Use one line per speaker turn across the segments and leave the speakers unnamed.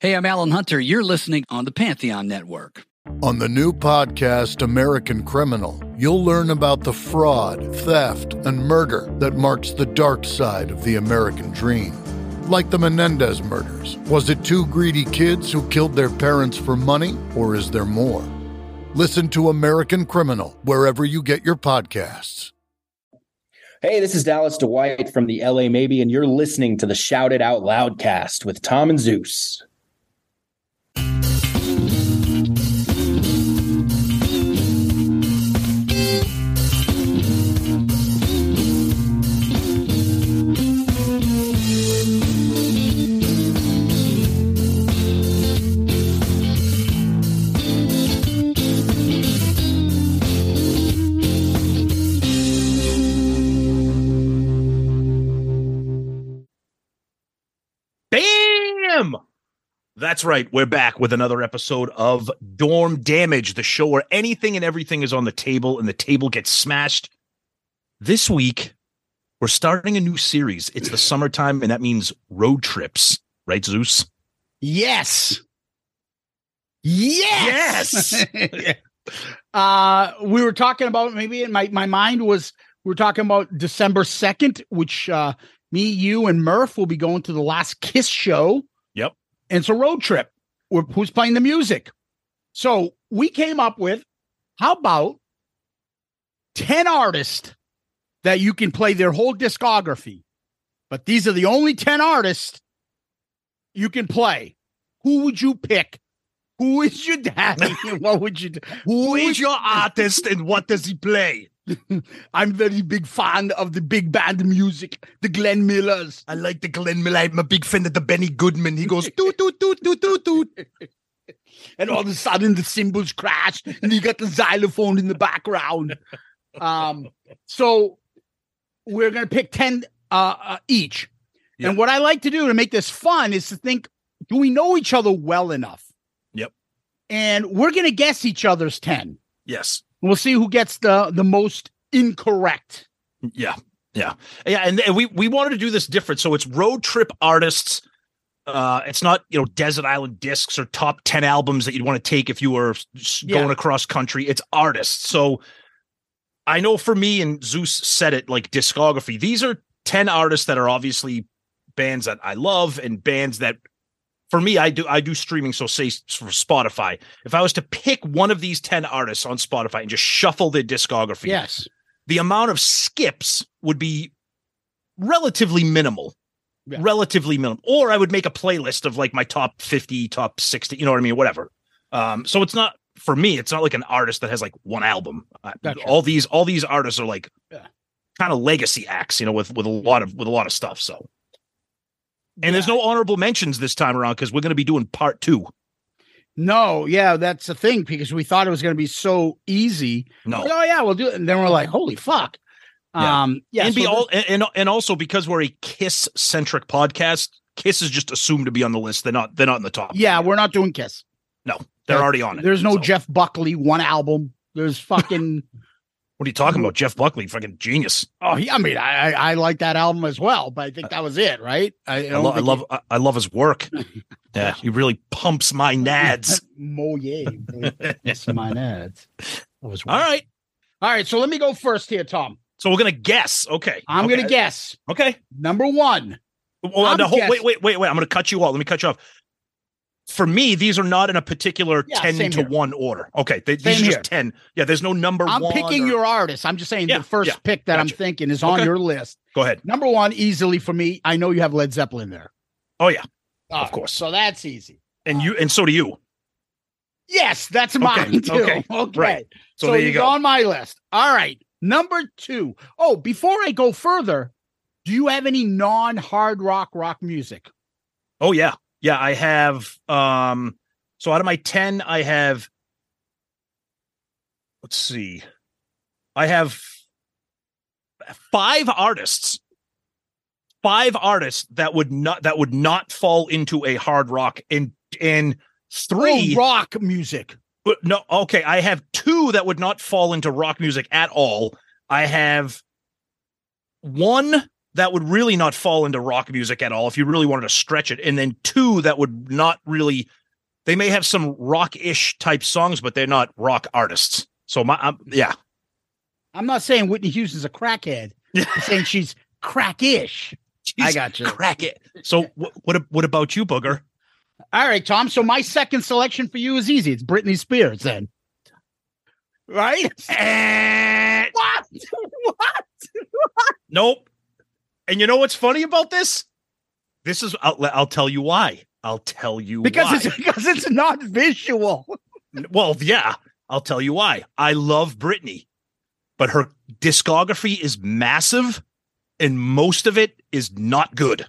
Hey, I'm Alan Hunter. You're listening on the Pantheon Network.
On the new podcast, American Criminal, you'll learn about the fraud, theft, and murder that marks the dark side of the American dream. Like the Menendez murders. Was it two greedy kids who killed their parents for money, or is there more? Listen to American Criminal wherever you get your podcasts.
Hey, this is Dallas Dwight from the LA Maybe, and you're listening to the Shout It Out Loud cast with Tom and Zeus.
Bam! That's right. We're back with another episode of Dorm Damage, the show where anything and everything is on the table and the table gets smashed. This week, we're starting a new series. It's the summertime, and that means road trips, right, Zeus?
Yes. Yes. uh, we were talking about maybe in my, my mind was we were talking about December 2nd, which uh, me, you, and Murph will be going to the last Kiss show.
Yep.
And it's a road trip. We're, who's playing the music? So we came up with how about 10 artists that you can play their whole discography, but these are the only 10 artists you can play. Who would you pick? Who is your daddy? and what would you do?
Who is your artist and what does he play?
I'm very big fan of the big band music, the Glenn Millers.
I like the Glenn Miller. I'm a big fan of the Benny Goodman. He goes toot toot toot toot toot toot.
And all of a sudden the cymbals crash and you got the xylophone in the background. Um, so we're going to pick 10 uh, uh, each.
Yeah.
And what I like to do to make this fun is to think do we know each other well enough?
Yep.
And we're going to guess each other's 10.
Yes.
We'll see who gets the the most incorrect.
Yeah. Yeah. Yeah. And, and we we wanted to do this different. So it's road trip artists. Uh, it's not you know desert island discs or top ten albums that you'd want to take if you were s-
Yeah.
going across country. It's artists. So I know for me and Zeus said it like discography. These are ten artists that are obviously bands that I love and bands that for me I do I do streaming. So say s- for Spotify, if I was to pick one of these ten artists on Spotify and just shuffle their discography,
Yes.
the amount of skips would be relatively minimal.
Yeah.
Relatively minimal. Or I would make a playlist of like my top 50, top 60, you know what I mean? Whatever. Um, so it's not for me, it's not like an artist that has like one album. I-
Gotcha.
All these all these artists are like
Yeah.
kind of legacy acts, you know, with with a lot of with a lot of stuff. So and there's no honorable mentions this time around because we're gonna be doing part two.
No, yeah, that's the thing because we thought it was going to be so easy.
No.
Like, oh yeah, we'll do it, and then we're like, holy fuck.
Yeah.
Um, yeah,
and be
so
all and, and and also because we're a Kiss centric podcast, Kiss is just assumed to be on the list. They're not. They're not in the top.
this- yeah, we're not doing Kiss.
they're
yeah,
already on it.
There's no
So,
Jeff Buckley one album. There's fucking
What are you talking about, Jeff Buckley? Fucking genius.
oh, he, I mean, I, I I like that album as well, but I think that was it, right? I,
I,
don't
lo- I
think
love. I, I love his work. yeah, he really pumps my nads.
Mo yeah, it's my ads. That was
All
all right.
right.
All right, so let me go first here, Tom.
So we're gonna guess. Okay.
I'm
Okay.
gonna guess
Okay.
number one.
Well,
I'm
no, hold, wait,
guessing.
wait, wait, wait. I'm gonna cut you off. Let me cut you off. For me, these are not in a particular
Yeah,
ten
same
to
here.
one order. Okay, they, these
Same
are
here.
just ten. Yeah, there's no number.
I'm
one
picking
or-
your artist. I'm just saying
Yeah,
the first
yeah,
pick that I'm
gotcha.
thinking is on
Okay.
your list.
Go ahead.
Number one, easily for me. I know you have Led Zeppelin there.
Oh yeah,
All right,
course.
So that's easy.
and you, and so do you.
Yes, that's mine too.
okay,
Okay.
right. So, there you
he's
go.
on my list. All right. Number two. Oh, before I go further, do you have any non-hard rock rock music?
Oh yeah. Yeah, I have um so out of my 10 I have let's see. I have five artists. Five artists that would not that would not fall into a hard rock and and three
Oh, rock music.
but no, okay. I have two that would not fall into rock music at all. I have one that would really not fall into rock music at all if you really wanted to stretch it. And then two that would not really they may have some rock-ish type songs, but they're not rock artists. So my I'm, yeah.
I'm not saying Whitney Houston's a crackhead. I'm saying she's crackish. I
Jeez,
got you.
Crack it. So wh- what a- what about you, Booger?
All right, Tom. So my second selection for you is easy. It's Britney Spears, then. Right?
Eh.
what? what?
Nope. And you know what's funny about this? This is I'll, I'll tell you why. I'll tell you
Because
why.
it's because it's not visual.
well, yeah, I'll tell you why. I love Britney, but her discography is massive, and most of it is not good.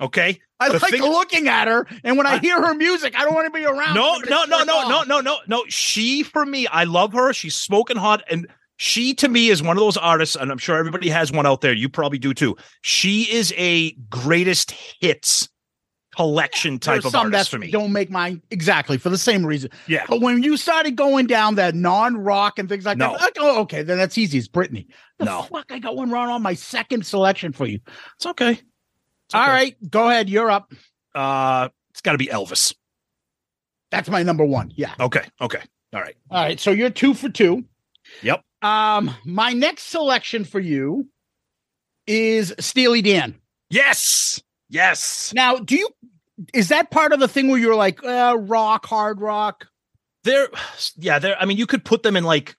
Okay.
I
The
like
thing-
looking at her, and when I,
I-
hear her music, I don't want to be around.
No,
her, but
no,
it's
no,
like,
no,
oh.
no, no, no, no. She for me, I love her. She's smoking hot, and she to me is one of those artists, and I'm sure everybody has one out there. You probably do too. She is a greatest hits collection
There are
type of
some
artist
that
for me.
don't make mine exactly for the same reason.
Yeah.
But when you started going down that non-rock and things like
No.
that, like, oh, okay, then that's easy. It's Britney. The
No.
fuck, I got one wrong on my second selection for you.
It's okay. It's
All
okay.
right, go ahead. You're up.
Uh, it's got to be Elvis.
That's my number one. Yeah.
Okay. Okay. All right.
All right. So you're two for two.
Yep.
Um, my next selection for you is Steely Dan.
Yes. Yes.
Now, do you is that part of the thing where you're like uh, rock, hard rock?
They're yeah, they're I mean you could put them in like
say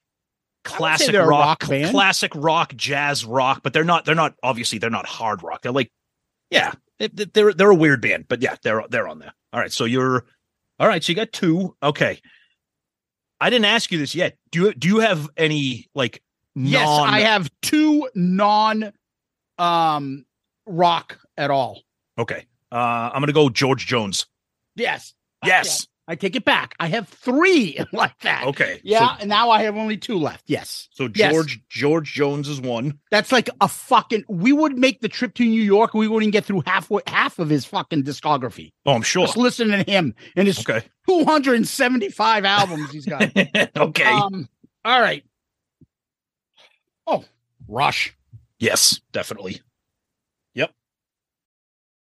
classic
they're a
rock,
rock band.
classic rock, jazz rock, but they're not they're not obviously they're not hard rock. They're like yeah, they- they- they're they're a weird band, but yeah, they're they're on there. All right, so you're All right, so you got two. Okay. I didn't ask you this yet. Do you do you have any like non
Yes, I have two non um rock at all.
Okay. Uh I'm going to go George Jones.
Yes. Fuck
Yes.
Oh, yeah. I take it back. I have three like that.
Okay.
Yeah,
So,
and now I have only two left. Yes.
so
Yes.
George George Jones is one.
That's like a fucking we would make the trip to New York and we wouldn't get through half half of his fucking discography.
Oh, I'm sure.
Just listening to him and his
Okay.
275 albums he's got.
okay.
Um all right. Oh, Rush.
yes, definitely.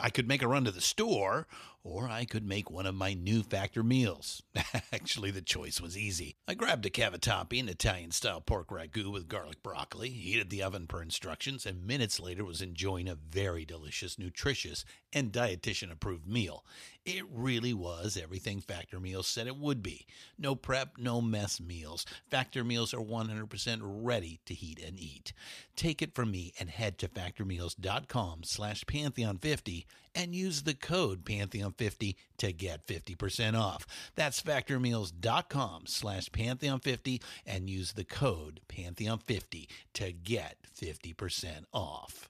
I could make a run to the store, or I could make one of my new factor meals. Actually, the choice was easy. I grabbed a cavatappi, an Italian style pork ragu with garlic broccoli, heated the oven per instructions, and minutes later was enjoying a very delicious, nutritious, and dietitian approved meal. It really was everything Factor Meals said it would be. No prep, no mess meals. Factor Meals are 100% ready to heat and eat. Take it from me and head to factormeals.com slash pantheon50 and use the code pantheon50 to get 50% off. That's factormeals.com slash pantheon50 and use the code pantheon50 to get 50% off.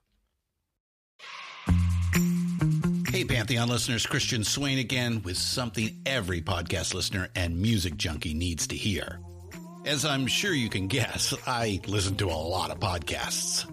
Hey, Pantheon listeners, Christian Swain again with something every podcast listener and music junkie needs to hear. As I'm sure you can guess, I listen to a lot of podcasts.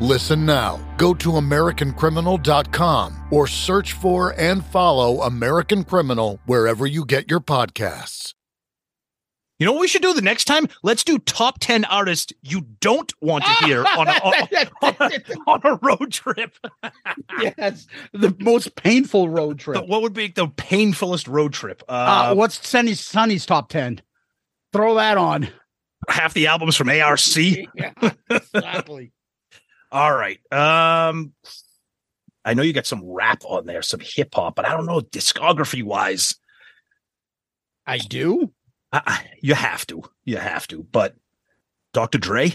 Listen now. Go to AmericanCriminal.com or search for and follow American Criminal wherever you get your podcasts.
You know what we should do the next time? Let's do top 10 artists you don't want to hear on a, on, a- on a road trip.
yes, the most painful road
The-
trip.
what would be the painfulest road trip? Uh,
Uh, what's Sonny's, Sonny's top ten? Throw that on.
half the albums from ARC.
Yeah, exactly.
All right. Um, I know you got some rap on there, some hip hop, but I don't know discography wise.
I do.
I, I, you have to, you have to. But Dr. Dre.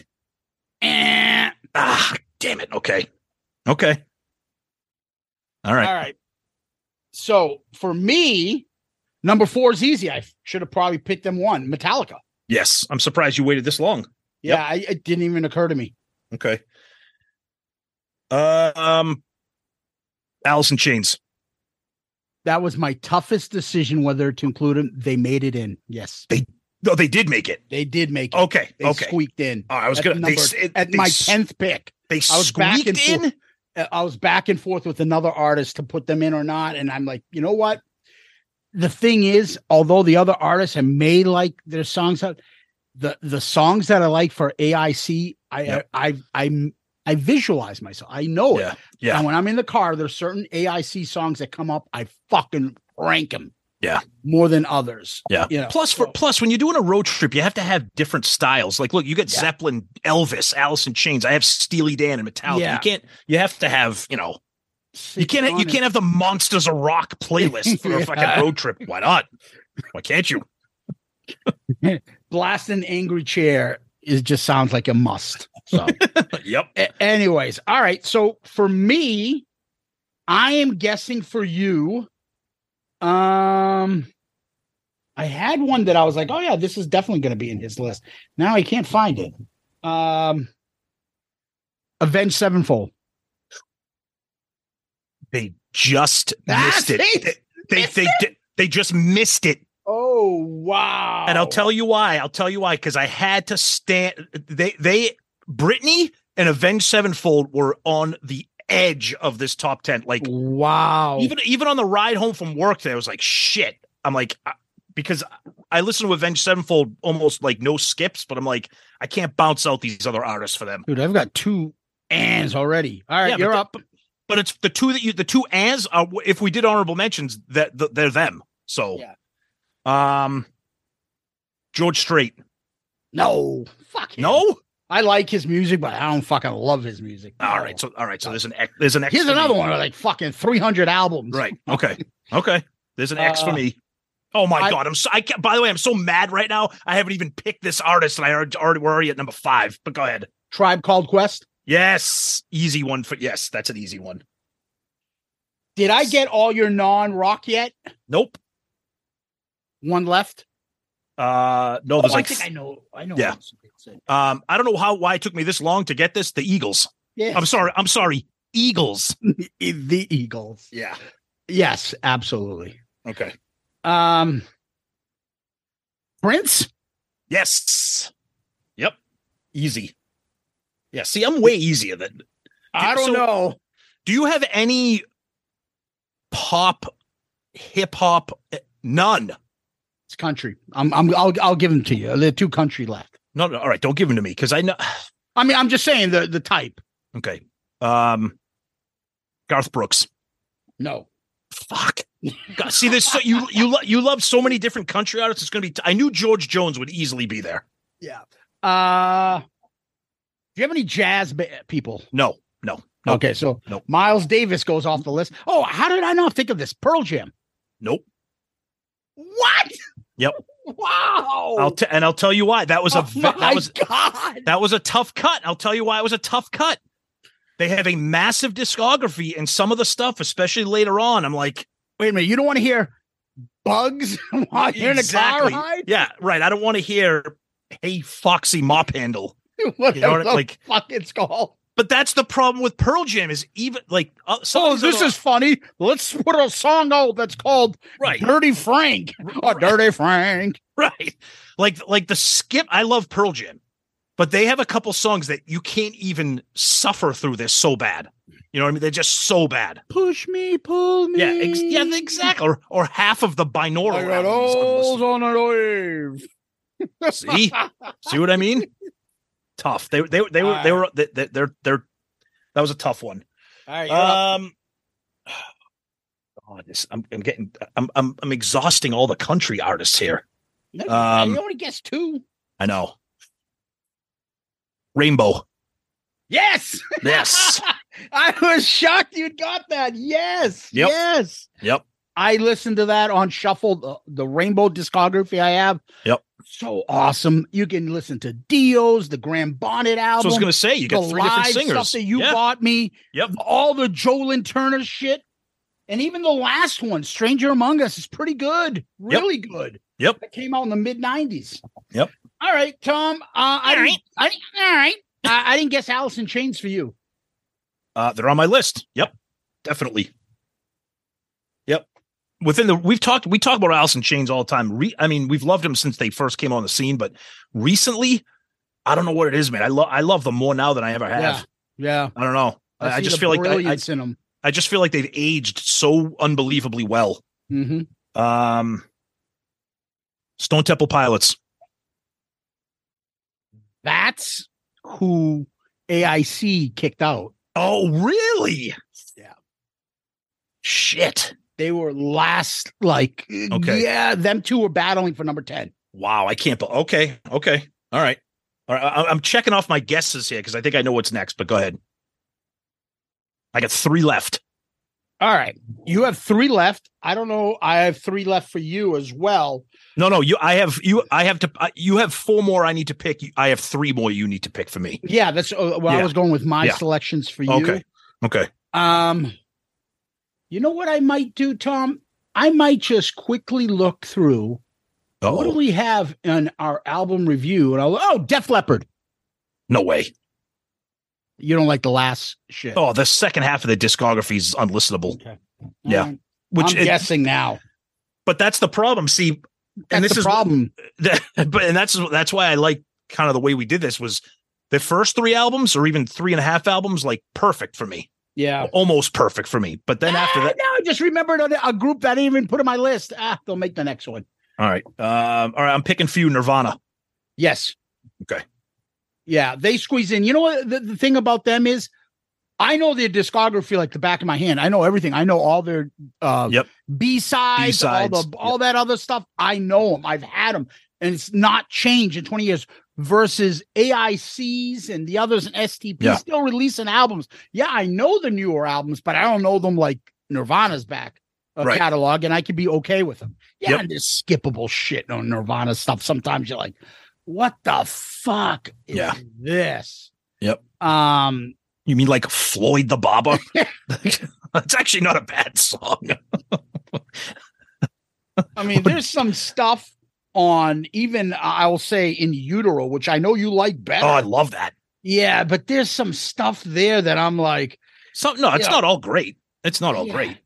Eh, ah, damn it. Okay. Okay. All right.
All right. So for me, number four is easy. I should have probably picked them one. Metallica.
Yes, I'm surprised you waited this long. Yep.
Yeah, I, it didn't even occur to me.
Okay. Uh, um, Alice in Chains.
That was my toughest decision whether to include them. They made it in. Yes,
No, they did make it.
they did make it.
Okay.
They
okay.
squeaked in.
Oh, I was
at
gonna.
number-
they, s- it-
at
they
my
s-
tenth pick.
They
I was back
squeaked
and
in.
forth. uh, I was back and forth with another artist to put them in or not. And I'm like, you know what? The thing is, although the other artists I may like their songs out, the the songs that I like for AIC, I
Yep.
I, I I I visualize myself. I know
Yeah,
it.
yeah.
And when I'm in the car, there's certain AIC songs that come up. I fucking rank them.
Yeah.
More than others.
Yeah.
You know,
Plus, for
so-
plus, when you're doing a road trip, you have to have different styles. Like, look, you got
Yeah.
Zeppelin, Elvis, Alice in Chains. I have Steely Dan and Metallica.
Yeah.
You can't. You have to have. You know. You
Sit
can't.
on
You
it.
can't have the Monsters of Rock playlist for a
Yeah.
fucking road trip. Why not? Why can't you?
blast an angry chair is just sounds like a must. So
yep.
A- anyways, all right. So for me, I am guessing for you. Um, I had one that I was like, oh yeah, this is definitely going to be in his list. Now I can't find it. Um, Avenged Sevenfold.
They just missed it.
Ah, see?
They
Missed
they di- they just missed it.
Oh wow!
And I'll tell you why. I'll tell you why. Because I had to stand. They they Britney and Avenged Sevenfold were on the edge of this top ten. Like
wow.
even even on the ride home from work today, I was like, shit. I'm like, I- because I- I listen to Avenged Sevenfold almost like no skips, but I'm like, I can't bounce out these other artists for them.
Dude, I've got two ands already. All right,
Yeah, but
you're
the-
up.
But it's the two that you, the two ands are. If we did honorable mentions, that th- they're them. So, um, George Strait.
No, fuck him.
No.
I like his music, but I don't fucking love his music.
All
No.
right. So all right. So there's an X. There's an X.
Here's
for me.
another one with like fucking 300 albums.
Right. Okay. Okay. There's an X for
Uh,
me. Oh my
I-
god! I'm so. I can't, by the way, I'm so mad right now. I haven't even picked this artist, and I already, already we're already at number five. But go ahead.
Tribe Called Quest.
Yes, easy one for yes. That's an easy one.
Did I get all your non rock yet?
Nope.
One left.
Uh, no, there's
Oh,
like
I think I know. I know.
Yeah.
what somebody said.
um, I don't know how why it took me this long to get this. The Eagles.
Yeah.
I'm sorry. I'm sorry. Eagles.
the Eagles.
Yeah.
Yes, absolutely.
Okay.
Um, Prince.
Yes. Yep. Easy. Yeah. See, I'm way easier than.
I don't
so-
know.
Do you have any pop, hip hop? None.
It's country. I'm. I'm. I'll. I'll give them to you. There are two country left.
No, no. All right. Don't give them to me because I know.
I mean, I'm just saying the the type.
Okay. Um, Garth Brooks.
No.
Fuck. God, see this. So you you lo- you love so many different country artists. It's gonna be. T- I knew George Jones would easily be there.
Uh, do you have any jazz ba- people?
No. Nope.
Okay, so
Nope.
Miles Davis goes off the list. Oh, how did I not think of this? Pearl Jam.
Nope.
What?
Yep.
Wow.
I'll t- and I'll tell you why. That was a
oh
ve-
my
that was
God.
that was a tough cut. I'll tell you why it was a tough cut. They have a massive discography, and some of the stuff, especially later on, I'm like,
Wait a minute. You don't want to hear bugs while you're in a car
Exactly.
ride?
yeah, right. I don't want to hear, "Hey, Foxy Mop Handle,"
Whatever
you know, what I-
the
like.
fuck it's called.
But that's the problem with Pearl Jam is even like. Uh, some of
Oh,
these
this
other-
is funny. Let's put a song out that's called
right,
Dirty Frank. Oh, Dirty Frank.
right. Like, like the skip. I love Pearl Jam, but they have a couple songs that you can't even suffer through. They're so bad. You know what I mean? They're just so bad.
Push me, pull me.
Yeah, ex- yeah, exactly. Or or half of the binaural.
I got
albums I'm
holes
listening
on a
See,
wave.
see what I mean? Tough. They they they were they were they, they, they're they're that was a tough one.
All right, you're up.
Um, God, this, I'm I'm getting I'm I'm I'm exhausting all the country artists here.
No, you-
um,
you only guessed two.
I know. Rainbow.
Yes.
Yes.
I was shocked you got that. Yes.
Yep.
Yes.
Yep.
I listened to that on shuffle, the, the rainbow discography I have.
Yep.
So awesome. You can listen to Dio's, the Graham Bonnet album.
So I was gonna say you got
the
three different
live
singers.
stuff that you
yeah.
bought me.
Yep.
All the Jolyn Turner shit. And even the last one, Stranger Among Us, is pretty good. Really good.
Yep.
That came out in the mid 90s.
Yep.
All right, Tom. Uh, I
All
didn't-
right.
I, didn't- all right. I, I didn't guess Alice in Chains for you.
Uh, they're on my list. Yep, definitely. Yep. Within the we've talked we talk about Alice in Chains all the time. Re, I mean, we've loved him since they first came on the scene, but recently, I don't know what it is, man. I love I love them more now than I ever have.
Yeah.
I don't know. I, I
see
just
the
feel like I, I,
brilliance in them.
I just feel like they've aged so unbelievably well.
Mm-hmm.
Um, Stone Temple Pilots.
That's who AIC kicked out.
Oh, really?
Yeah.
Shit.
They were last, like,
Okay.
yeah, them two were battling for number 10.
Wow, I can't. be- Okay, okay, all right, all right. I, I'm checking off my guesses here because I think I know what's next. But go ahead. I got three left.
All right. You have three left. I don't know. I have three left for you as well.
No, no. You, I have you. I have to. I, you have four more. I need to pick. I have three more. You need to pick for me.
Yeah, that's uh, well,
Yeah.
I was going with my
Yeah.
selections for you.
Okay. Okay.
Um, you know what I might do, Tom? I might just quickly look through what do
Oh
we have in our album review, and I'll oh, Def Leppard.
no way.
You don't like the last shit.
Oh, the second half of the discography is unlistenable. yeah.
Um,
Which
I'm
it-
guessing now.
but that's the problem. See,
That's
this
the
is-
problem.
that, but and that's that's why I like kind of the way we did this was the first three albums or even three and a half albums like perfect for me,
yeah.
almost perfect for me. But then after
Ah,
that.
no, I just remembered a, a group that I didn't even put on my list. Ah, they'll make the next one.
All right. Um, all right. I'm picking for you Nirvana.
Yes.
Okay.
Yeah, they squeeze in. You know what the, the thing about them is? I know their discography like the back of my hand. I know everything. I know all their uh
Yep.
B sides, all the
B-sides.
all that other stuff. I know them. I've had them, and it's not changed in twenty years. Versus AICs and the others and STP
Yeah.
still releasing albums. Yeah, I know the newer albums, but I don't know them like Nirvana's back uh,
Right.
catalog, and I can be okay with them. Yeah,
Yep.
and there's skippable shit on Nirvana stuff. Sometimes you're like, what the fuck is
Yeah.
this?
Yep.
Um,
You mean like Floyd the Baba? Oh, That's actually not a bad song.
I mean, there's some stuff on even I will say in utero, which I know you like better.
Oh, I love that.
yeah, but there's some stuff there that I'm like
So no, it's
Yeah.
not all great. It's not all
Yeah.
great.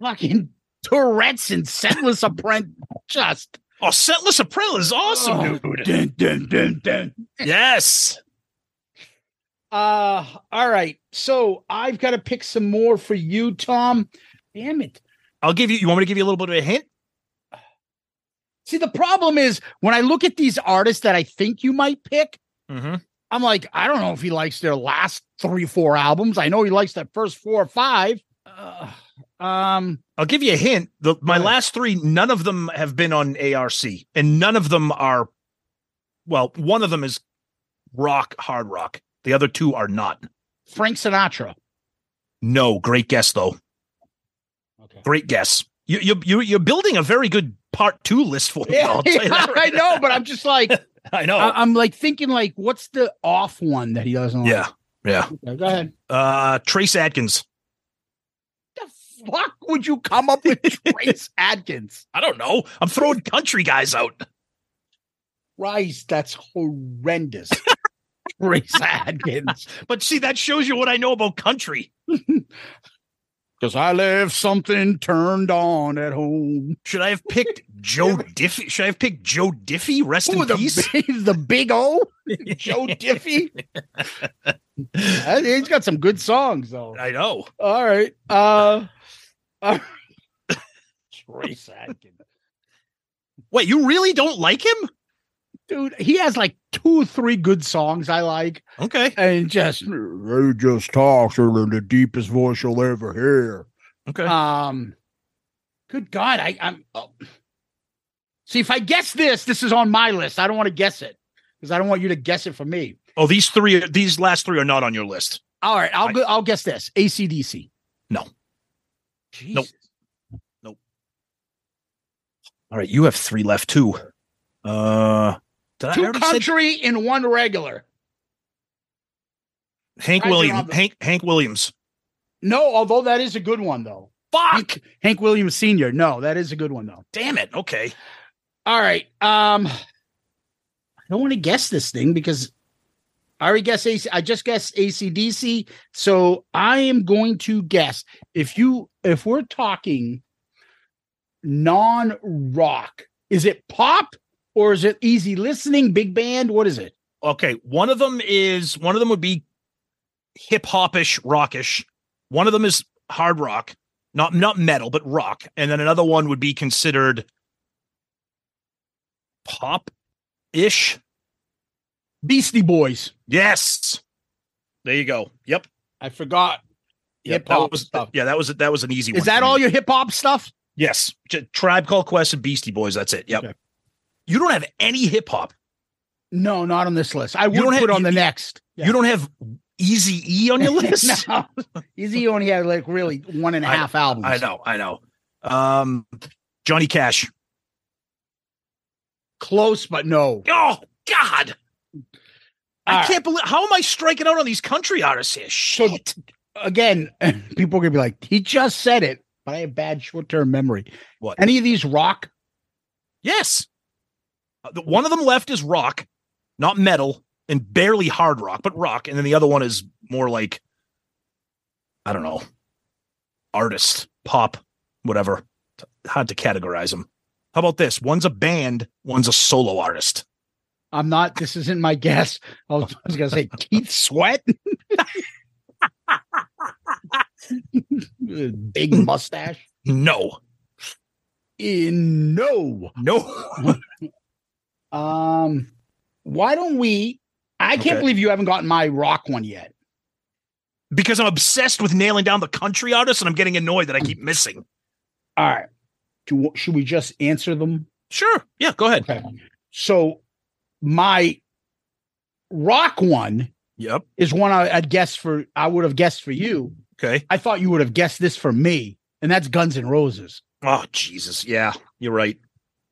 fucking Tourette's and Settlers Apprentice. Just
Oh, Setless Apprentice is awesome,
Oh,
dude.
dun, dun, dun, dun.
Yes.
Uh, all right. So I've got to pick some more for you, Tom. Damn it.
I'll give you you want me to give you a little bit of a hint?
See, the problem is when I look at these artists that I think you might pick,
Mm-hmm.
I'm like, I don't know if he likes their last three, four albums. I know he likes that first four or five. Uh, um,
I'll give you a hint. The, my
Right.
last three, none of them have been on ARC, and none of them are. Well, one of them is rock, hard rock. The other two are not.
Frank Sinatra.
No, great guess though.
Okay.
Great guess. You you you you're building a very good part two list for me. I'll tell you that
I
right
know, but I'm just like,
now. I know.
I- I'm like thinking, like, what's the off one that he doesn't like?
yeah, yeah.
Okay, go ahead.
Uh, Trace Atkins.
The fuck would you come up with Trace Adkins?
I don't know. I'm throwing country guys out.
Christ, that's horrendous. Trace Adkins.
But see, that shows you what I know about country.
Because I left something turned on at home.
Should I have picked Joe Diffie? Should I have picked Joe Diffie? Rest
Ooh,
in
the,
peace.
big- the big O, Joe Diffie. Uh, He's got some good songs though.
I know.
All right. Uh, all right. Trace Adkins.
Wait, you really don't like him?
Dude, he has like two or three good songs I like,
Okay.
and just
They just talks in the deepest voice you'll ever hear.
Okay.
um, good God, I, I'm. Oh. See, if I guess this, this is on my list. I don't want to guess it because I don't want you to guess it for me.
oh, these three, these last three are not on your list.
All right, I'll
I-
go. I'll guess this. ACDC.
No.
Jesus.
All right, you have three left too. Uh, did I- I
Two
already said
country and one regular.
Hank
Roger
Williams.
Robert.
Hank Hank Williams.
No, although that is a good one though.
Fuck!
Hank, Hank Williams Sr. No, that is a good one though.
Damn it. Okay.
All right. Um I don't want to guess this thing because I already guess AC I just guessed ACDC. So I am going to guess if you if we're talking non-rock, is it pop or is it easy listening, big band? What is it?
Okay. One of them is one of them would be hip hopish, rockish. One of them is hard rock, not not metal, but rock. And then another one would be considered pop ish.
Beastie Boys.
Yes. There you go. Yep.
I forgot.
Yep,
Hip hop
that was,
stuff.
Yeah, that was that was an easy one.
Is that
for me.
all your hip hop stuff?
Yes, J- Tribe Called Quest and Beastie Boys. That's it. Yep.
Okay.
You don't have any hip hop.
No, not on this list. I would
You don't
put
have-
on
you-
the next.
You don't have Easy E on your list.
no. Easy only had like really one and a
I-
half albums.
I know. I know. Um, Johnny Cash.
Close, but no.
Oh God. I
All
can't believe how am I striking out on these country artists here? Shit.
Again, people are gonna be like, he just said it, but I have bad short-term memory.
What?
Any of these rock?
Yes. Uh, the- One of them left is rock, not metal, and barely hard rock, but rock. And then the other one is more like, I don't know, artist, pop, whatever. T- Hard to categorize them. How about this? One's a band, one's a solo artist.
I'm not. This isn't my guess. I was, I was gonna say Keith Sweat. Big mustache.
No,
Eh, no.
no.
Um, why don't we? I can't
Okay.
believe you haven't gotten my rock one yet.
because I'm obsessed with nailing down the country artists and I'm getting annoyed that I keep missing.
All right. Do, should we just answer them?
Sure. Yeah, go ahead.
Okay. So my rock one
Yep.
is one I, I'd guess for. I would have guessed for you.
Okay.
I thought you would have guessed this for me, and that's Guns N' Roses.
Oh Jesus, yeah, you're right.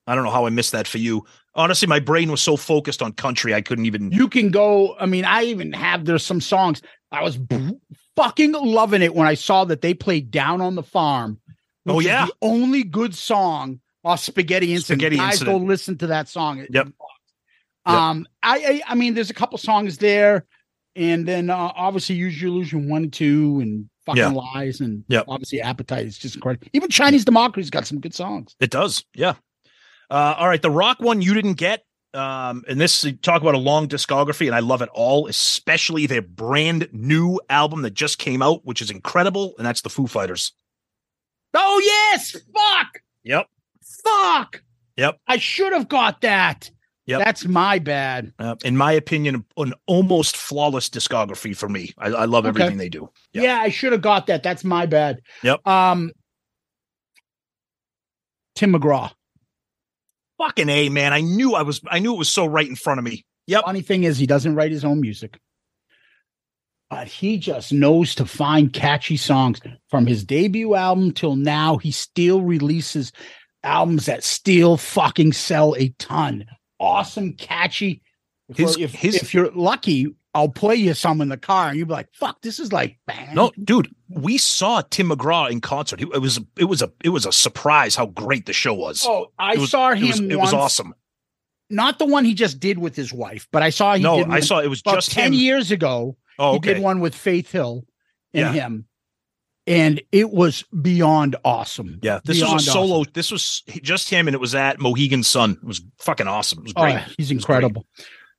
I don't know how I missed that for you. Honestly, my brain was so focused on country, I couldn't even.
You can go. I mean, I even have there's some songs I was br- fucking loving it when I saw that they played "Down on the Farm."
Oh,
which is
yeah.
the only good song off Spaghetti Incident.
Spaghetti
Guys,
Incident.
go listen to that song. It-
Yep.
Um, I, I I mean, there's a couple songs there, and then uh, obviously Use Your Illusion one, and two, and fucking
Yeah.
lies, and
Yep.
obviously Appetite is just incredible. Even Chinese Democracy's got some good songs.
It does. Yeah. Uh, all right. The rock one you didn't get. Um, and this you talk about a long discography, and I love it all, especially their brand new album that just came out, which is incredible, and that's the Foo Fighters.
Oh yes, fuck,
Yep.
fuck.
Yep.
I should have got that.
Yep.
That's my bad.
Uh, in my opinion, an almost flawless discography for me. I, I love
Okay.
everything they do. Yep.
Yeah, I should have got that. That's my bad.
Yep.
Um, Tim McGraw.
Fucking a man. I knew I was. I knew it was so right in front of me. Yep.
Funny thing is, he doesn't write his own music, but he just knows to find catchy songs. From his debut album till now, he still releases albums that still fucking sell a ton. Awesome, catchy. If,
His-
we're- if,
his-
if you're lucky, I'll play you some in the car, and you'll be like, "Fuck, this is like bang."
No, dude, we saw Tim McGraw in concert. It was it was a it was a surprise how great the show was.
Oh, I
It was-
saw
it
him.
was, it was
once.
awesome.
Not the one he just did with his wife, but I saw he
No,
did
I
one
saw it was
about
just
ten
him.
years ago.
oh,
He
okay.
did one with Faith Hill and
Yeah.
him, and it was beyond awesome.
Yeah, this
Beyond
was a solo.
awesome.
This was h- just him, and it was at Mohegan Sun. It was fucking awesome. It was
Oh,
great.
yeah, he's
It was great.
incredible.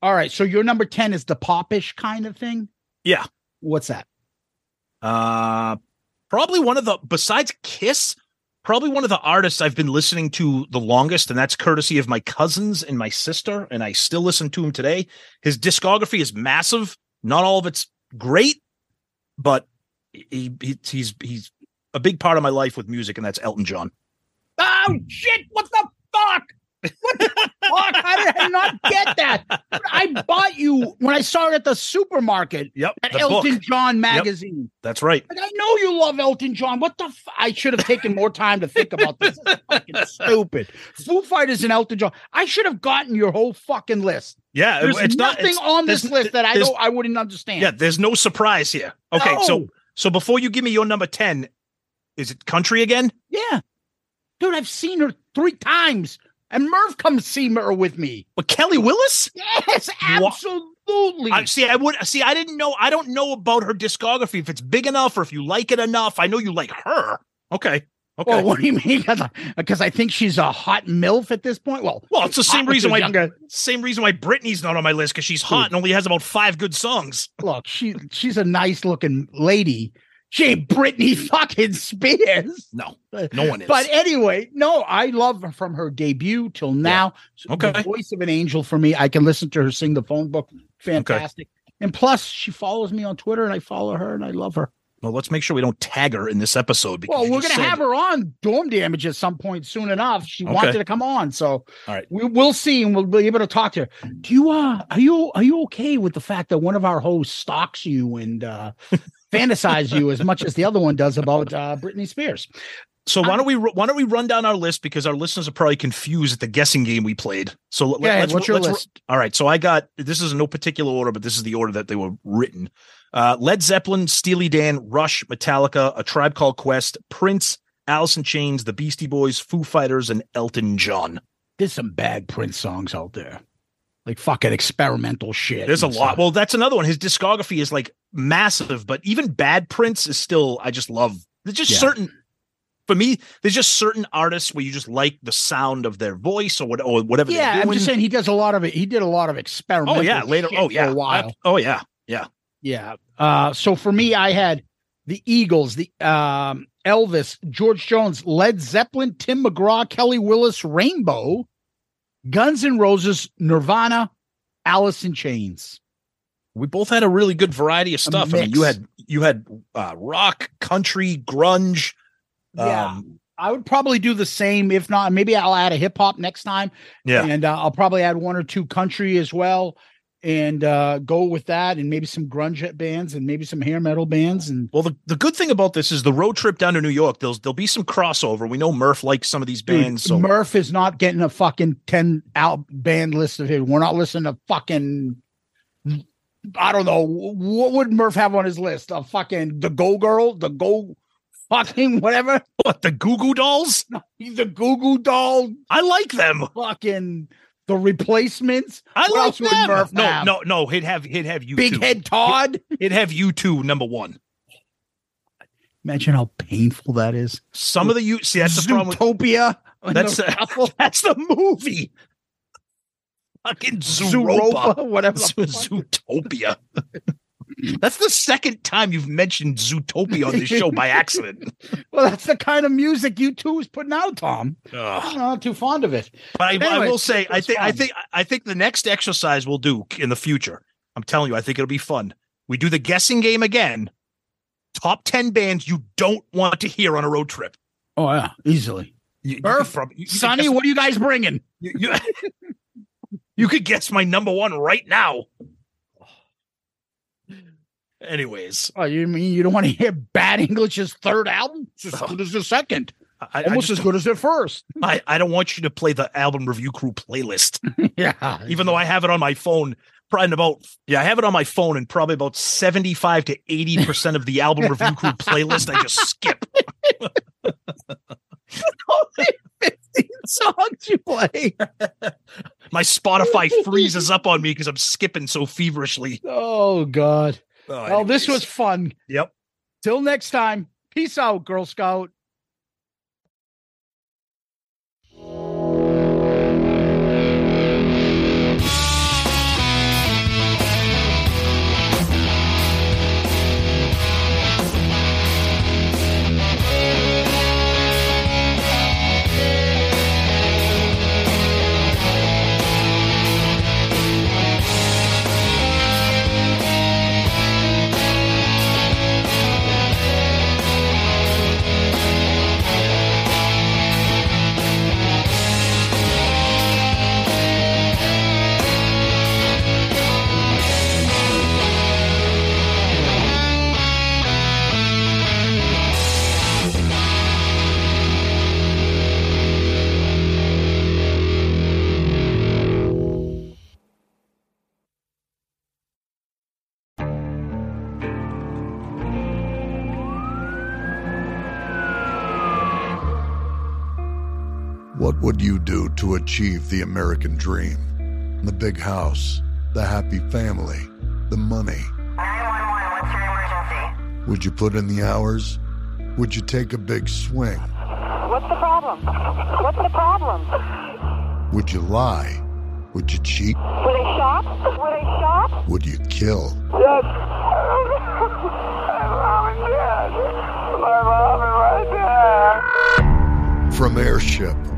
All right, so your number ten is the popish kind of thing.
Yeah.
what's that?
Uh, probably one of the besides Kiss, probably one of the artists I've been listening to the longest, and that's courtesy of my cousins and my sister, and I still listen to him today. His discography is massive. Not all of it's great, but he, he he's he's a big part of my life with music, and that's Elton John.
Oh shit! What the fuck? What the fuck? How did I not get that? I bought you when I saw it at the supermarket.
Yep,
That
the
Elton
book.
John magazine.
That's right.
Like, I know you love Elton John. What the? F- I should have taken more time to think about this. This is fucking stupid. Foo Fighters and Elton John. I should have gotten your whole fucking list.
Yeah,
There's
Uh, it's not
nothing
it's-
on this
there's-
list that I
there's-
don't. I wouldn't understand.
Yeah, there's no surprise here. Okay, so
No.
so before you give me your number 10, is it country again?
yeah, dude, I've seen her three times, and Merv comes see her with me.
But Kelly Willis?
Yes,
Wha-
absolutely.
I see I would see I didn't know I don't know about her discography if it's big enough or if you like it enough. I know you like her. Okay. Okay.
Well,
Well,
what do you mean? Because I think she's a hot milf at this point. Well,
it's the same
hot when she
reason
was
why
younger.
same reason why Britney's not on my list cuz she's hot and only has about 5 good songs.
Look, she she's a nice looking lady. She ain't Britney fucking Spears.
No.
But-
No one is.
But anyway, no, I love her from her debut till now. So the
Okay.
voice of an angel for me. I can listen to her sing the phone book. Fantastic. And plus, she follows me on Twitter, and I follow her, and I love her.
well, let's make sure we don't tag her in this episode because
Well,
you
we're
just
gonna
said-
have her on Dorm Damage at some point soon enough. She
Okay.
wanted to come on, so
All right.
we, we'll see, and we'll be able to talk to her. Do you uh are you are you okay with the fact that one of our hosts stalks you and uh fantasize you as much as the other one does about uh Britney Spears?
So why
I'm-
don't we why don't we run down our list because our listeners are probably confused at the guessing game we played. So let,
Go ahead,
let's
what's your
let's-
list?
All right, so I got this is in no particular order, but this is the order that they were written: uh, Led Zeppelin, Steely Dan, Rush, Metallica, A Tribe Called Quest, Prince, Alice in Chains, The Beastie Boys, Foo Fighters, and Elton John.
There's some bad Prince songs out there, like fucking experimental shit.
There's a
and
lot.
stuff.
Well, that's another one. His discography is like massive, but even Bad Prince is still. I just love. There's just
Yeah.
certain. For me, there's just certain artists where you just like the sound of their voice or what or whatever. they're
yeah, I'm
doing.
just saying he does a lot of it. He did a lot of experimental.
Oh yeah, later.
shit
Oh
for
yeah,
a while.
Ab- oh yeah.
Yeah. Uh, so for me, I had the Eagles, the um, Elvis, George Jones, Led Zeppelin, Tim McGraw, Kelly Willis, Rainbow, Guns N' Roses, Nirvana, Alice in Chains.
We both had a really good variety of stuff. I mean, you
mix.
had you had uh, rock, country, grunge. um,
I would probably do the same. If not, maybe I'll add a hip hop next time.
Yeah.
And uh, I'll probably add one or two country as well and uh, go with that and maybe some grunge bands and maybe some hair metal bands. And
Well, the, the good thing about this is the road trip down to New York. There'll there'll be some crossover. We know Murph likes some of these
Dude,
bands. So
Murph is not getting a fucking 10 out band list of his. We're not listening to fucking I don't know. What would Murph have on his list? A fucking the Go Girl, the Go fucking whatever.
What the Goo Goo Dolls?
The Goo Goo Doll,
I like them.
fucking the replacements,
I
What
like
else would
them.
Murph
no,
have?
no, no. He'd have he'd have you
Big
two.
Head Todd.
He'd have you two number one.
Imagine how painful that is.
Some of the you see that's the problem. With,
Zootopia. and
that's
the
the, that's the movie. Fucking Zooropa.
Zooropa, whatever. the fuck.
Zootopia. That's the second time you've mentioned Zootopia on this show by accident.
Well, that's the kind of music you two is putting out, Tom.
Ugh.
I'm not too fond of it.
But I, I
Anyway,
will say, I
it's
think, I
fun.
think, I think the next exercise we'll do in the future. I'm telling you, I think it'll be fun. We do the guessing game again. Top ten bands you don't want to hear on a road trip.
Oh yeah, easily.
You, you
Murph,
could prob- you- you could
Sonny,
guess-
what are you guys bringing?
you, you- you could guess my number one right now. Anyways,
Oh, you mean you don't want to hear Bad English's third album? It's as
Oh.
good as the second,
I- I,
almost
I,
as good as their first.
I, I don't want you to play the album review crew playlist.
yeah,
even though I have it on my phone. Probably in about yeah, I have it on my phone, and probably about seventy-five to eighty percent of the album review crew playlist I just skip.
only fifteen songs you play.
My Spotify freezes up on me because I'm skipping so feverishly.
Oh God!
Oh,
Well, this was
anyways.
fun.
yep.
Till next time, peace out, Girl Scout.
What would you do to achieve the American dream? The big house, the happy family, the money.
911, what's your emergency?
Would you put in the hours? Would you take a big swing?
What's the problem? What's the problem?
Would you lie? Would you cheat?
Were they shot? Were they shot?
Would you kill?
Yes. My mom and dad. My mom and my dad.
From Airship,